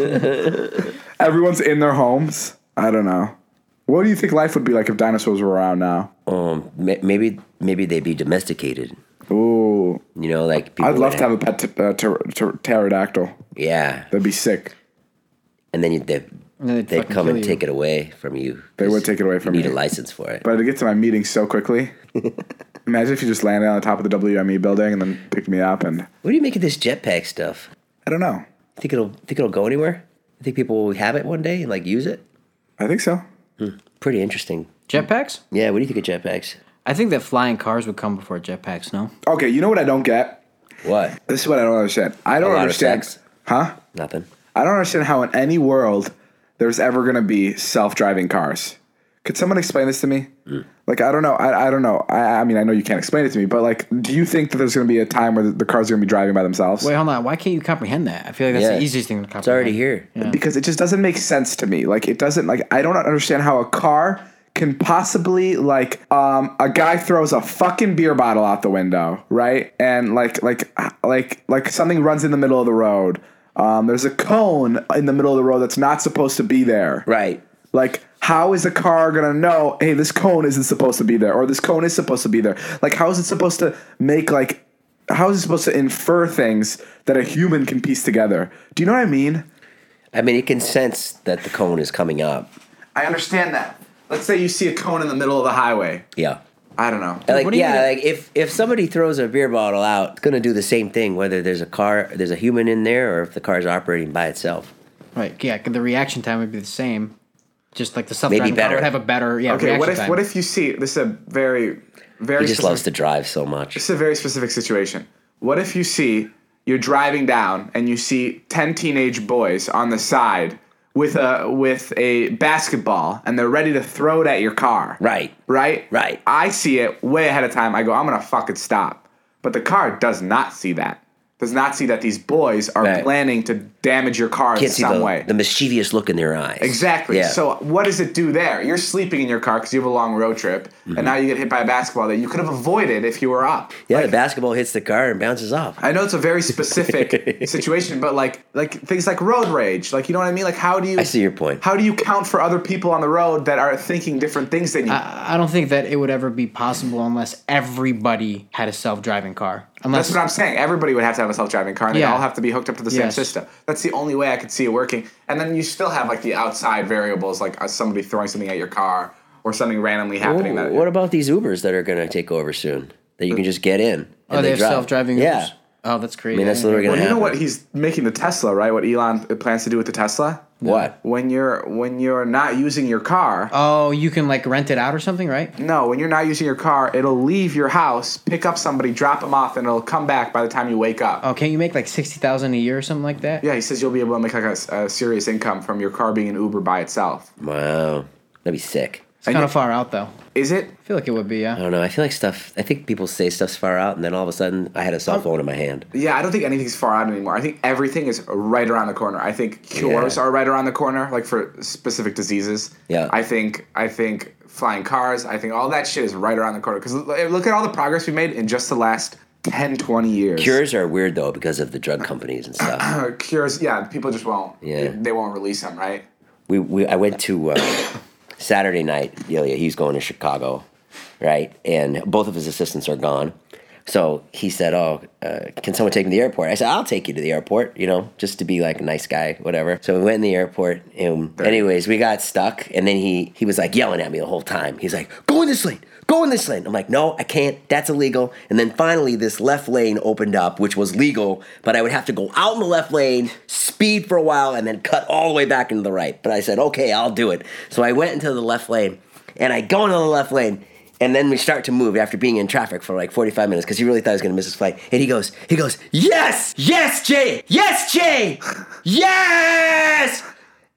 B: Everyone's in their homes. I don't know. What do you think life would be like if dinosaurs were around now?
C: um, ma- maybe maybe they'd be domesticated.
B: Ooh,
C: You know, like people
B: I'd love
C: would
B: to have a pet t- uh, ter- ter- pterodactyl.
C: Yeah,
B: That'd be sick.
C: and then you, they
D: then
C: they'd,
D: they'd fucking
C: come and
D: kill you.
C: take it away from you.
B: They would take it away from
C: you. Need
B: me.
C: a license for it.
B: But I get to my meeting so quickly. Imagine if you just landed on the top of the WME building and then picked me up, and
C: what do you make of this jetpack stuff?
B: I don't know.
C: Think it'll think it'll go anywhere? You think people will have it one day and like use it?
B: I think so.
C: Pretty interesting.
D: jetpacks.
C: Yeah, what do you think of jetpacks?
D: I think that flying cars would come before jetpacks. No,
B: Okay, you know what I don't get?
C: What?
B: This is what I don't understand. I don't
C: lot of
B: understand.
C: sex.
B: Huh?
C: Nothing.
B: I don't understand how in any world there's ever going to be self-driving cars. Could someone explain this to me?
C: Mm.
B: Like, I don't know. I, I don't know. I, I mean, I know you can't explain it to me, but like, do you think that there's going to be a time where the, the cars are going to be driving by themselves?
D: wait, hold on. Why can't you comprehend that? I feel like that's
C: Yeah.
D: the easiest thing to comprehend.
C: It's already here.
B: Because it just doesn't make sense to me. Like, it doesn't. Like, I don't understand how a car can possibly like um a guy throws a fucking beer bottle out the window right and like like like like something runs in the middle of the road um there's a cone in the middle of the road that's not supposed to be there
C: Right.
B: Like, how is the car gonna know? Hey, this cone isn't supposed to be there, or this cone is supposed to be there. Like, how is it supposed to make like? How is it supposed to infer things that a human can piece together? Do you know what I mean?
C: I mean, it can sense that the cone is coming up.
B: I understand that. Let's say you see a cone in the middle of the highway.
C: Yeah.
B: I don't know.
C: Like
D: what do you
C: yeah,
D: mean?
C: like if if somebody throws a beer bottle out, it's gonna do the same thing whether there's a car, there's a human in there, or if the car's operating by itself.
D: Right. Yeah. 'cause The reaction time would be the same. Just like the self
C: Maybe
D: driving car
C: better.
D: would have a better yeah.
B: Okay,
D: reaction
B: what if
D: time.
B: what if you see this is a very very
C: He just
B: specific-
C: loves to drive so much.
B: This is a very specific situation. What if you see you're driving down and you see ten teenage boys on the side with a with a basketball and they're ready to throw it at your car?
C: Right.
B: Right?
C: Right.
B: I see it way ahead of time. I go, I'm gonna fucking stop. But the car does not see that. Does not see that these boys are
C: Right.
B: planning to damage your car in
C: Can't see
B: some
C: the,
B: way.
C: the mischievous look in their eyes.
B: Exactly.
C: Yeah.
B: So what does it do there? You're sleeping in your car because you have a long road trip,
C: Mm-hmm.
B: and now you get hit by a basketball that you could have avoided if you were up.
C: yeah,
B: Like,
C: the basketball hits the car and bounces off.
B: I know it's a very specific situation, but like like things like road rage, like you know what I mean? Like how do you
C: I see your point.
B: How do you count for other people on the road that are thinking different things than you?
D: I don't think that it would ever be possible unless everybody had a self driving car. Unless
B: That's what I'm saying. Everybody would have to have a self-driving car, and they
D: Yeah.
B: all have to be hooked up to the
D: Yes.
B: same system. That's the only way I could see it working. And then you still have like the outside variables, like uh, somebody throwing something at your car or something randomly happening.
C: Ooh,
B: that
C: what about these Ubers that are going to take over soon? That you can just get in. And
D: Oh, they have self-driving
C: Yeah.
D: Ubers? Oh, that's crazy.
C: I mean, that's literally
B: Well,
C: going to
B: you know
C: happen.
B: what he's making the Tesla, right? What Elon plans to do with the Tesla?
C: What?
B: When you're when you're not using your car,
D: Oh, you can like rent it out or something, right?
B: no, when you're not using your car, it'll leave your house, pick up somebody, drop them off, and it'll come back by the time you wake up.
D: Oh, can't you make like sixty thousand a year or something like that?
B: Yeah, he says you'll be able to make like a, a serious income from your car being an Uber by itself.
C: Wow. That'd be sick.
D: it's kind of far out though.
B: Is it?
D: I feel like it would be.
C: I
D: Yeah,
C: don't know. I feel like stuff, I think people say stuff's far out, and then all of a sudden I had a cell phone in my hand.
B: Yeah, I don't think anything's far out anymore. I think everything is right around the corner. I think cures
C: Yeah.
B: are right around the corner, like for specific diseases.
C: Yeah.
B: I think I think flying cars. I think all that shit is right around the corner. Because look at all the progress we made in just the last 10, 20 years.
C: Cures are weird, though, because of the drug companies and stuff.
B: Uh, cures. Yeah, people just won't.
C: Yeah.
B: They won't release them, right?
C: we, we I went to uh, Saturday night. Ilya, he's going to Chicago, right? And both of his assistants are gone. So he said, "Oh, uh, can someone take me to the airport?" I said, "I'll take you to the airport, you know, just to be like a nice guy, whatever." So we went in the airport, and anyways, we got stuck. And then he he was like yelling at me the whole time. He's like, "Go in this lane, go in this lane." I'm like, "No, I can't. That's illegal." And then finally, this left lane opened up, which was legal, but I would have to go out in the left lane, speed for a while, and then cut all the way back into the right. But I said, "Okay, I'll do it." So I went into the left lane, and I go into the left lane. And then we start to move after being in traffic for like 45 minutes because he really thought he was going to miss his flight. And he goes, he goes, yes, yes, Jay, yes, Jay, yes.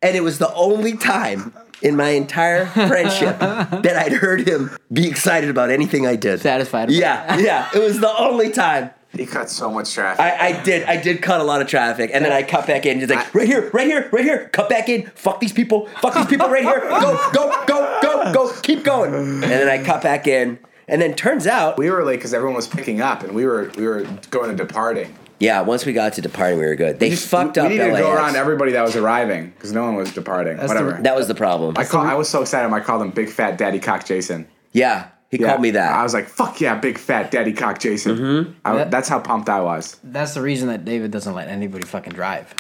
C: And it was the only time in my entire friendship that I'd heard him be excited about anything I did.
D: Satisfied about
C: Yeah, yeah. It was the only time.
B: He cut so much traffic.
C: I, I did. I did cut a lot of traffic, and then I cut back in. He's like, right here, right here, right here. Cut back in. Fuck these people. Fuck these people right here. Go, go, go, go, go. Keep going. And then I cut back in, and then turns out,
B: we were late because everyone was picking up, and we were we were going and departing.
C: yeah. Once we got to departing, we were good. They fucked
B: we,
C: up
B: We needed to go
C: LAX.
B: around everybody that was arriving because no one was departing.
D: the-
B: Whatever.
C: that was the problem.
B: I call, I was so excited. I called him Big Fat Daddy Cock Jason.
C: yeah, he
B: Yeah.
C: called me that. Mm-hmm.
B: I was like, "Fuck yeah, Big Fat Daddy Cock Jason." I, That's how pumped I was.
D: that's the reason that David doesn't let anybody fucking drive.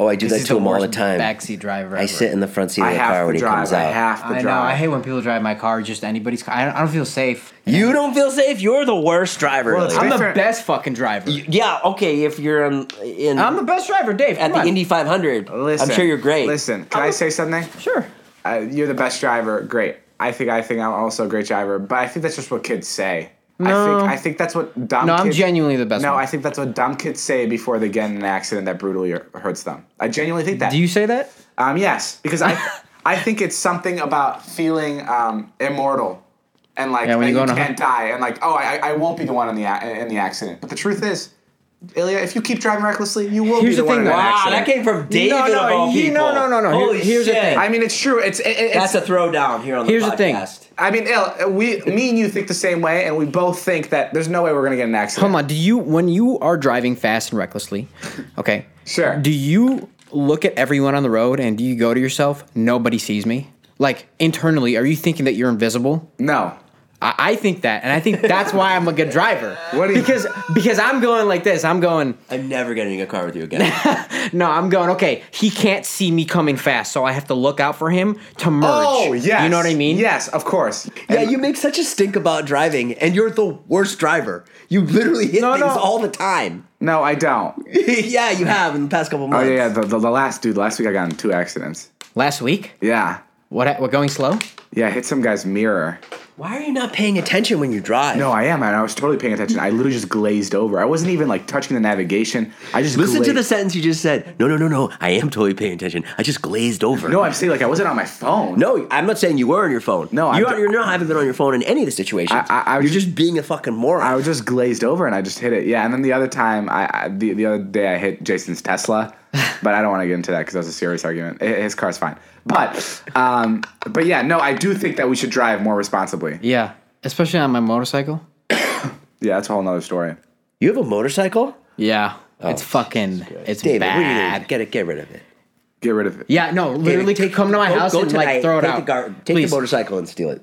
C: oh, I do that
D: He's
C: to him all the
D: worst
C: time.
D: Backseat driver.
C: I
D: ever.
C: sit in the front seat of
B: I
C: the car
B: have
C: when
B: to
C: he
B: drive.
C: comes
B: I
C: out.
B: have to
D: I
B: drive.
D: know. I hate when people drive my car. Just anybody's car. I don't, I don't feel safe.
C: You don't feel safe. You're the worst driver.
B: Well, it's
D: I'm
C: Elliot.
D: the
B: Different-
D: best fucking driver.
C: yeah. Okay. If you're in, in
D: I'm the best driver, Dave.
C: at
D: come
C: the
D: on.
C: Indy 500,
B: Listen,
C: I'm sure you're great.
B: Listen, can i say something?
D: Sure.
B: Uh, you're the best driver. Great. I think I think I'm also a great driver, but I think that's just what kids say. I think I think that's what dumb.
D: No, I'm
B: kids-
D: genuinely the best
B: No,
D: one.
B: I think that's what dumb kids say before they get in an accident that brutally hurts them. I genuinely think that.
D: Do you say that?
B: Um, yes, because I I think it's something about feeling um, immortal and like
D: Yeah, when
B: that
D: you
B: you,
D: go on a-
B: can't die and like oh I, I won't be the one in the a- in the accident. But the truth is, Ilya, if you keep driving recklessly, you will
D: Here's
B: be the,
D: the
B: one
D: thing,
B: in an
D: though.
C: Wow,
B: accident.
C: that came from David
D: No, no,
C: of all
D: he-
C: people.
D: no, no, no, no. Here-
C: Holy
D: here's the
C: shit.
D: thing.
B: I mean, it's true. It's it, it- it's.
C: That's a throwdown here on the
D: Here's the thing.
C: podcast.
B: I mean, Il, we, me and you think the same way, and we both think that there's no way we're gonna get in an accident.
D: Come on. Do you when you are driving fast and recklessly? Okay.
B: Sure.
D: Do you look at everyone on the road and do you go to yourself? Nobody sees me. Like internally, are you thinking that you're invisible?
B: No.
D: I, I think that, and I think that's why I'm a good driver.
B: What do you-
D: because because I'm going like this. I'm going.
C: I'm never getting in a car with you again.
D: No, I'm going. Okay, he can't see me coming fast, so I have to look out for him to merge.
B: Oh yes.
D: You know what I mean?
B: Yes, of course.
C: yeah, you make such a stink about driving, and you're the worst driver. You literally hit
D: No, no.
C: things all the time.
B: No, I don't.
C: yeah, you have in the past couple
B: Oh
C: months.
B: yeah, yeah, the, the, the last dude, last week I got in two accidents.
D: Last week,
B: Yeah.
D: what? What going slow?
B: Yeah, I hit some guy's mirror.
C: Why are you not paying attention when you drive?
B: No, I am, and I was totally paying attention. I literally just glazed over. I wasn't even like touching the navigation. I just
C: Listen to
B: glazed-
C: the sentence you just said. No, no, no, no. I am totally paying attention. I just glazed over.
B: No, I'm saying like I wasn't on my phone.
C: No, I'm not saying you were on your phone.
B: No, I'm
C: you
B: ju-
C: are, you're not having been on your phone in any of the situations.
B: I- I- I was
C: you're just being a fucking moron.
B: I was just glazed over, and I just hit it. Yeah, and then the other time, I, I the, the other day I hit Jason's Tesla, but I don't want to get into that because that was a serious argument. I- His car's fine, but um, but yeah, no, I do think that we should drive more responsibly.
D: Yeah, especially on my motorcycle.
B: Yeah, that's a whole nother story.
C: you have a motorcycle?
D: Yeah, it's fucking. It's
C: Oh, David, what do you
D: bad.
C: do? Get it, get rid of it.
B: Get rid of it.
D: Yeah, no, literally
C: David,
D: come to my
C: go-
D: house
C: go
D: and
C: tonight,
D: like throw it
C: take
D: out.
C: The gar- take
D: Please
C: the motorcycle and steal it.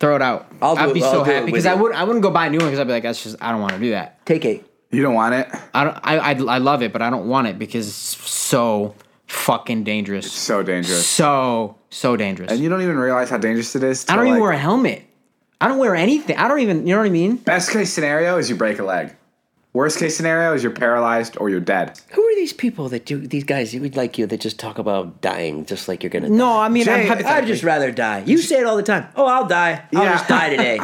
D: throw it out.
C: I'll do
D: I'd
C: it-
D: be
C: I'll
D: so
C: do it
D: happy
C: with
D: because I
C: you.
D: would I wouldn't go buy a new one because I'd be like that's just I don't want to do that.
C: Take it.
B: You don't want it?
D: I don't I I'd, I love it, but I don't want it because it's so fucking dangerous.
B: So dangerous.
D: So so dangerous.
B: And you don't even realize how dangerous it is.
D: I don't
B: till,
D: even
B: like,
D: wear a helmet. I don't wear anything. I don't even you know what I mean.
B: Best case scenario is you break a leg. Worst case scenario is you're paralyzed or you're dead.
C: Who are these people that do these guys who would like you that just talk about dying just like you're gonna?
D: No, I mean,
B: Jay,
D: I'm happy.
B: hypothetically-
C: I'd just rather die. You say it all the time. Oh, I'll die. I'll
B: Yeah.
C: just die today.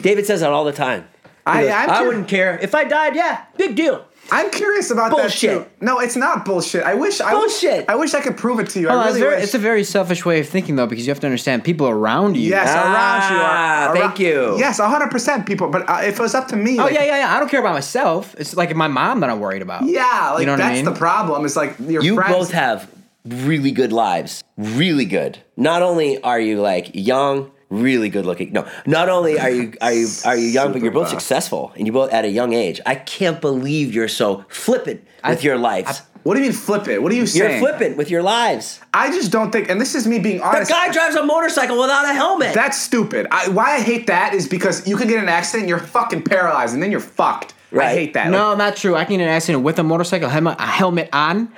C: David says that all the time. He
B: I-
C: goes,
B: I'm
C: I
B: cur-
C: wouldn't care if I died. Yeah, big deal.
B: I'm curious about that
C: Bullshit.
B: too. No, it's not bullshit. I wish I
C: Bullshit.
B: I wish I could prove it to you.
D: Hold
B: I
D: on,
B: really
D: Oh, it's, very-
B: wish.
D: it's a very selfish way of thinking, though, because you have to understand people around you.
B: yes, around you.
C: Ah,
B: Are,
C: thank you.
B: Yes, 100 percent people. But uh, if it was up to me,
D: Oh
B: like,
D: yeah, yeah, yeah. I don't care about myself. It's like my mom that I'm worried about.
B: yeah. Like
D: you know what
B: that's
D: I mean.
B: the problem. It's like your
C: You
B: friends.
C: both have really good lives. Really good. Not only are you like young, really good looking. No, not only are you are you are you young, but you're both successful and you both at a young age. I can't believe you're so flippant with your lives.
B: what do you mean flip it? What are you
C: you're
B: saying?
C: flippant with your lives.
B: I just don't think. And this is me being
C: The
B: honest.
C: guy drives a motorcycle without a helmet.
B: That's stupid. I, why I hate that is because you could get in an accident, you're fucking paralyzed, and then you're fucked. I
C: Right.
B: hate that.
D: No, not true. I can get in an accident with a motorcycle helmet, a helmet on,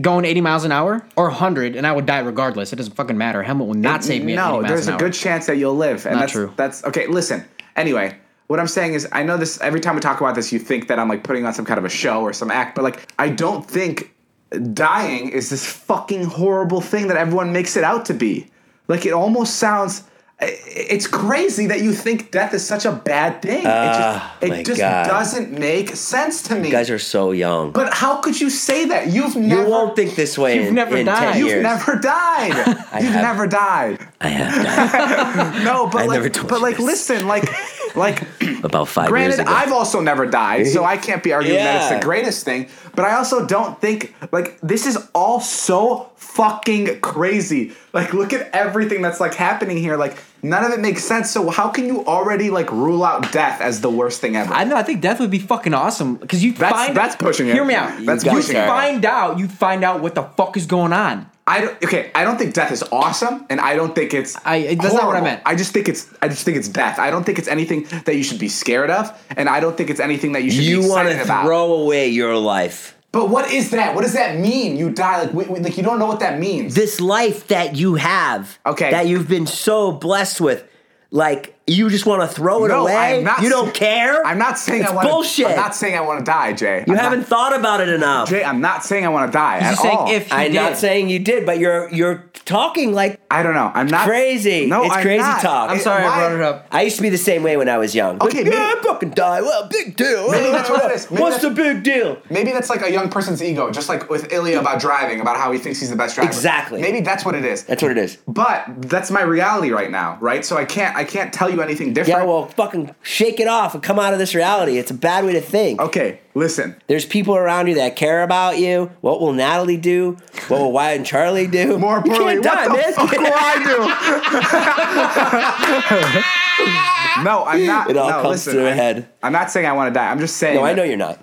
D: going 80 miles an hour or 100, and I would die regardless. It doesn't fucking matter. Helmet will not save me.
B: No,
D: at 80 miles
B: there's
D: an
B: a
D: hour.
B: good chance that you'll live. And
D: Not
B: that's
D: true.
B: that's okay, listen. Anyway, what I'm saying is I know this every time we talk about this you think that I'm like putting on some kind of a show or some act, but like I don't think dying is this fucking horrible thing that everyone makes it out to be. Like it almost sounds i- it's crazy that you think death is such a bad thing. it just,
C: Ah, my
B: it just
C: God.
B: doesn't make sense to me.
C: you guys are so young.
B: But how could you say that? You've
C: you
B: never
C: won't think this way
D: You've
C: in,
D: never
C: in
D: died.
C: 10
B: You've
C: years.
B: never died. You've
C: have.
B: never died.
C: I have died
B: No, but
C: I
B: like,
C: never told
B: but
C: you
B: like,
C: this.
B: listen, like, like.
C: about five years
B: granted,
C: ago.
B: I've also never died, so I can't be arguing that it's
C: Yeah.
B: the greatest thing. But I also don't think like this is all so fucking crazy. Like, look at everything that's like happening here. Like, none of it makes sense. So how can you already like rule out death as the worst thing ever?
D: I know. I think death would be fucking awesome because you
B: That's-
D: find
B: that's pushing it.
D: Hear me out.
B: That's
D: you
B: pushing it.
D: find out. You find out what the fuck is going on.
B: I don't, okay. I don't think death is awesome, and I don't think it's.
D: I- that's not what I meant.
B: I just think it's. I just think it's death. I don't think it's anything that you should be scared of, and I don't think it's anything that you should be
C: you want
B: excited
C: to
B: about.
C: throw away your life.
B: but what is that? What does that mean? You die like we, we- like you don't know what that means.
C: This life that you have,
B: Okay.
C: that you've been so blessed with, like you just want to throw it
B: No,
C: away.
B: I am not
C: you don't
B: s-
C: care.
B: I'm not saying
C: it's
B: I want.
C: bullshit.
B: I'm not saying I want to die, Jay.
C: you
B: I'm
C: haven't
B: Not,
C: thought about it enough.
B: Jay, I'm not saying I want to die at
D: He's saying
B: all.
D: if you
C: I'm
D: did.
C: not saying you did, but you're you're talking like
B: I don't know. I'm not
C: crazy.
B: No,
C: it's
B: I'm
C: crazy
B: not.
C: talk.
D: I'm
B: It-
D: sorry
B: why-
D: I brought it up.
C: I used to be the same way when I was young.
B: Okay,
C: Like,
B: maybe-
C: yeah, I fucking die. Well, big deal.
B: Maybe that's what it is. Maybe
C: What's the
B: that's-
C: big deal?
B: Maybe that's like a young person's ego, just like with Ilya about driving, about how he thinks he's the best driver.
C: Exactly.
B: Maybe that's what it is.
C: That's what it is.
B: but that's my reality right now right so i can't i can't tell you anything different
C: Yeah, well, fucking shake it off and come out of this reality. It's a bad way to think.
B: okay listen
C: There's people around you that care about you. What will Natalie do? What will Wyatt and Charlie do?
B: more
C: you
B: importantly
C: can't
B: what
C: die,
B: the
C: man.
B: fuck will i do no i'm not
C: It all
B: no,
C: comes
B: listen,
C: to a
B: I'm-
C: head.
B: i'm not saying i want to die i'm just saying
C: No, I
B: that-
C: know you're not.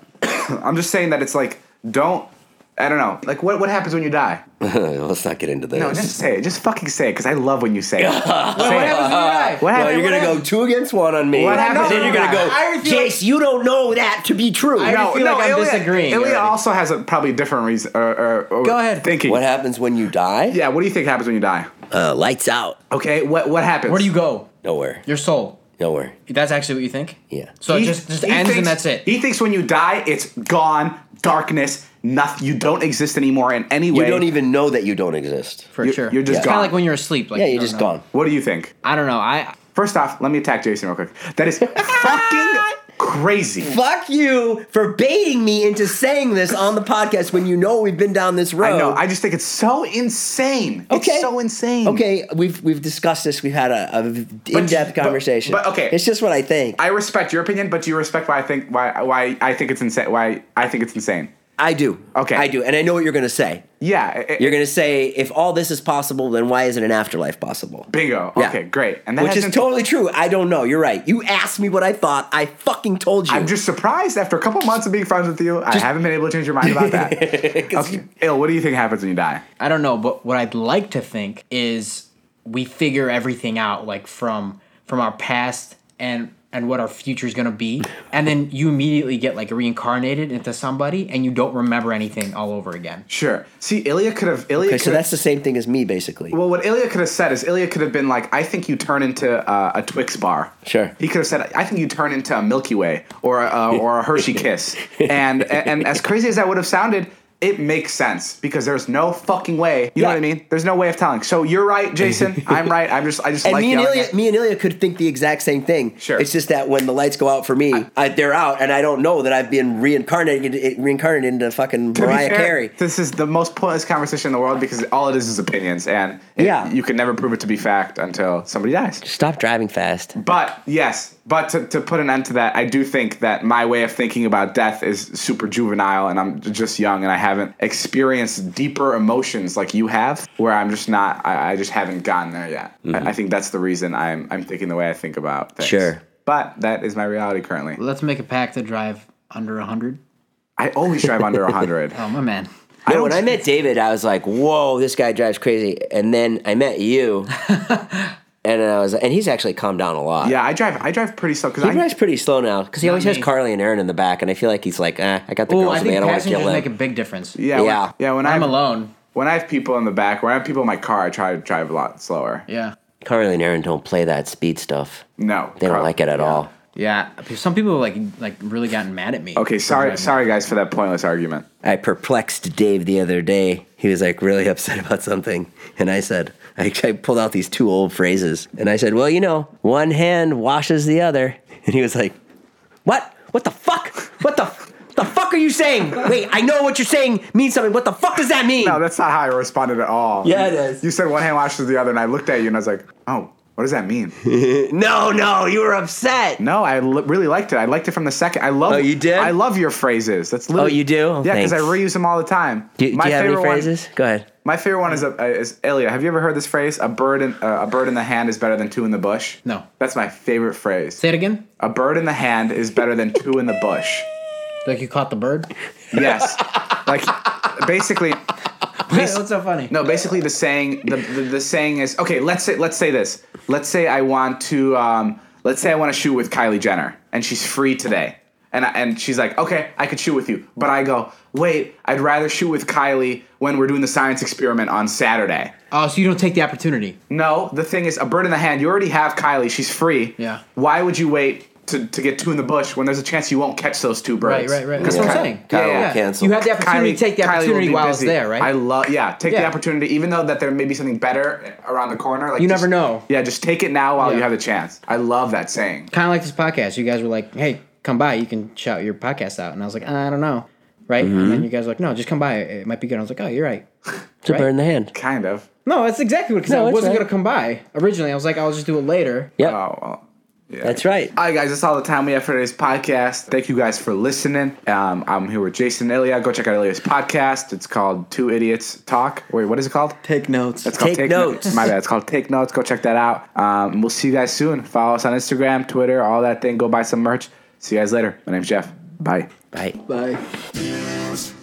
B: i'm just saying that it's like don't i don't know like what, what happens when you die
C: Let's not get into this.
B: no just say it just fucking say it because i love when you say it
D: What happens when you die?
B: what
C: No,
B: happened
C: you're gonna go two against one on me.
B: What happened?
C: And then you're gonna go,
D: I already feel
C: Jace. you don't know that to be true.
D: I already feel like I'm
B: Ilya,
D: disagreeing
B: Ilya
D: already.
B: also has a probably different reason. Or, or,
D: Go ahead.
B: Thinking.
C: What happens when you die?
B: yeah. What do you think happens when you die?
C: Uh, lights out.
B: Okay. What What happens?
D: Where do you go?
C: Nowhere.
D: Your soul.
C: Nowhere.
D: That's actually what you think.
C: Yeah.
D: So
B: He-
D: it just just
B: he
D: ends
B: thinks-
D: and that's it.
B: He thinks when you die, it's gone, darkness, nothing. You don't exist anymore in any
C: You
B: way.
C: don't even know that you don't exist.
D: for
B: you're-
D: sure.
B: you're just
D: it's kind
B: gone.
D: of like when you're asleep. Like
C: Yeah,
D: you
C: you're
D: don't
C: just
D: know.
C: gone.
B: What do you think?
D: I don't know. I
B: First off, let me attack Jason real quick. That is fucking crazy.
C: Fuck you for baiting me into saying this on the podcast when you know we've been down this road.
B: I know. I just think it's so insane. It's so insane.
C: Okay, we've we've discussed this. We've had a, a in-depth
B: but-
C: conversation.
B: but, okay.
C: it's just what I think.
B: I
C: I,
B: respect your opinion, but do you respect why I think why why I think it's insane? Why I think it's insane?
C: do.
B: Okay.
C: I do, and I know what you're going to say.
B: Yeah. it-
C: You're going to say if all this is possible, then why isn't an afterlife possible?
B: bingo.
C: Yeah.
B: Okay, great. And that
C: Which is
B: hasn't-
C: totally true. I don't know. You're right. You asked me what I thought. I fucking told you.
B: I'm just surprised after a couple months of being friends with you, I haven't been able to change your mind about that. okay, Il, what do you think happens when you die?
D: I don't know, but what I'd like to think is we figure everything out like from from our past and and what our future is going to be and then you immediately get like reincarnated into somebody and you don't remember anything all over again
B: Sure. See, Ilya could have. Ilya.
C: Okay,
B: could
C: so that's the same thing as me, basically.
B: Well, what Ilya could have said is Ilya could have been like, "I think you turn into uh, a Twix bar."
C: Sure.
B: He could have said, "I think you turn into a Milky Way or a, or a Hershey Kiss," and, and as crazy as that would have sounded. It makes sense because there's no fucking way. You know
C: Yeah.
B: what I mean? There's no way of telling. So you're right, Jason. I'm right. I'm just. I just
C: and
B: like
C: me and
B: yelling
C: Ilya,
B: at-
C: me and Ilya could think the exact same thing.
B: Sure.
C: It's just that when the lights go out for me, I, they're out, and I don't know that I've been reincarnated, eh, reincarnated into fucking
B: To be
C: Mariah
B: fair,
C: Carey.
B: This is the most pointless conversation in the world because all it is is opinions, and it-
C: Yeah.
B: you can never prove it to be fact until somebody dies.
C: Stop driving fast.
B: But yes, but to, to put an end to that, I do think that my way of thinking about death is super juvenile and I'm just young and I haven't experienced deeper emotions like you have, where I'm just not, I, I just haven't gotten there yet. I, I think that's the reason I'm, I'm thinking the way I think about things.
C: Mm-hmm. Sure.
B: But that is my reality currently.
D: let's make a pact to drive under 100
B: I always drive under 100.
D: oh my man
C: No, when I met David, I was like, "Whoa, this guy drives crazy." And then I met you, and I was, and he's actually calmed down a lot.
B: Yeah, I drive, I drive pretty slow because
C: He
B: I,
C: drives pretty slow now because he always has
D: me.
C: Carly and Aaron in the back, and I feel like he's like, eh, I got the
D: oh
C: girls
D: i
C: with me. I
D: think
C: don't want to
D: passengers
C: kill
D: make a
C: them.
D: big difference
B: yeah, when-
C: Yeah.
B: yeah, when
D: i'm
B: I-
D: alone
B: When I have people in the back, when I have people in my car, I try to drive a lot slower.
D: yeah
C: Carly and Aaron don't play that speed stuff.
B: No,
C: They don't
B: Carl.
C: like it at all.
D: yeah some people like like really gotten mad at me
B: Okay, sorry, sorry guys for that pointless argument.
C: I perplexed Dave the other day. He was like really upset about something. And I said, I, I pulled out these two old phrases. And I said, Well, you know, one hand washes the other. And he was like, What? What the fuck? What the, f- the fuck are you saying? Wait, I know what you're saying means something. What the fuck does that mean?
B: No, Oh, that's not how I responded at all.
C: Yeah, it is.
B: You said one hand washes the other, and I looked at you and I was like, oh, what does that mean?
C: no, no, you were upset.
B: no, I l- really liked it. I liked it from the second. I love.
C: Oh, you did?
B: I love your phrases. That's literally,
C: Oh, you do? Oh,
B: yeah, because I
C: thanks.
B: reuse them all the time.
C: Do, do you have any
B: favorite one-
C: phrases? Go ahead.
B: my favorite one is a, is Ilya. Have you ever heard this phrase? A bird in uh, a bird in the hand is better than two in the bush.
D: No.
B: that's my favorite phrase.
D: say it again
B: A bird in the hand is better than two in the bush.
D: like you caught the bird
B: Yes, like basically.
D: what's so funny
B: No, basically the saying the, the the saying is okay. Let's say let's say this. Let's say I want to um, let's say I want to shoot with Kylie Jenner and she's free today. And, I, and she's like, okay, I could shoot with you. But I go, wait, I'd rather shoot with Kylie when we're doing the science experiment on Saturday.
D: oh so you don't take the opportunity
B: No, the thing is, a bird in the hand, you already have Kylie, she's free.
D: Yeah.
B: Why would you wait to, to get two in the bush when there's a chance you won't catch those two birds?
D: Right, right, right. That's what I'm saying.
C: Kyle will
B: yeah.
C: cancel.
D: You have the opportunity to take the
B: will
D: opportunity
B: be
D: while it's
B: busy.
D: there, right?
B: I love, yeah, take the
D: Yeah.
B: opportunity, even though that there may be something better around the corner. Like
D: You
B: just-
D: never know.
B: Yeah, just take it now while you
D: Yeah.
B: have the chance. I love that saying.
D: kind of like this podcast. You guys were like, "Hey, come by. You can shout your podcast out." And I was like, "I don't know." Right? And
B: Mm-hmm.
D: then you guys were like, "No, just come by. It might be good." I was like, "Oh, you're right."
C: It's a bird in the hand.
B: Kind of.
D: No, that's exactly what. Because
C: No,
D: I
C: it's
D: wasn't
C: right.
D: gonna come by originally. I was like, "I'll just do it later."
C: Yep.
B: Oh, well.
C: That's right.
B: All right, guys, that's all the time we have for today's podcast. Thank you guys for listening. Um, I'm here with Jason Ilya. Go check out Ilya's podcast. It's called Two Idiots Talk. Wait, what is it called?
F: Take notes.
B: It's called
C: Take Notes.
B: My bad. It's called Take Notes. Go check that out. Um, we'll see you guys soon. Follow us on Instagram, Twitter, all that thing. Go buy some merch. See you guys later. My name's Jeff. Bye.
C: Right.
F: Bye.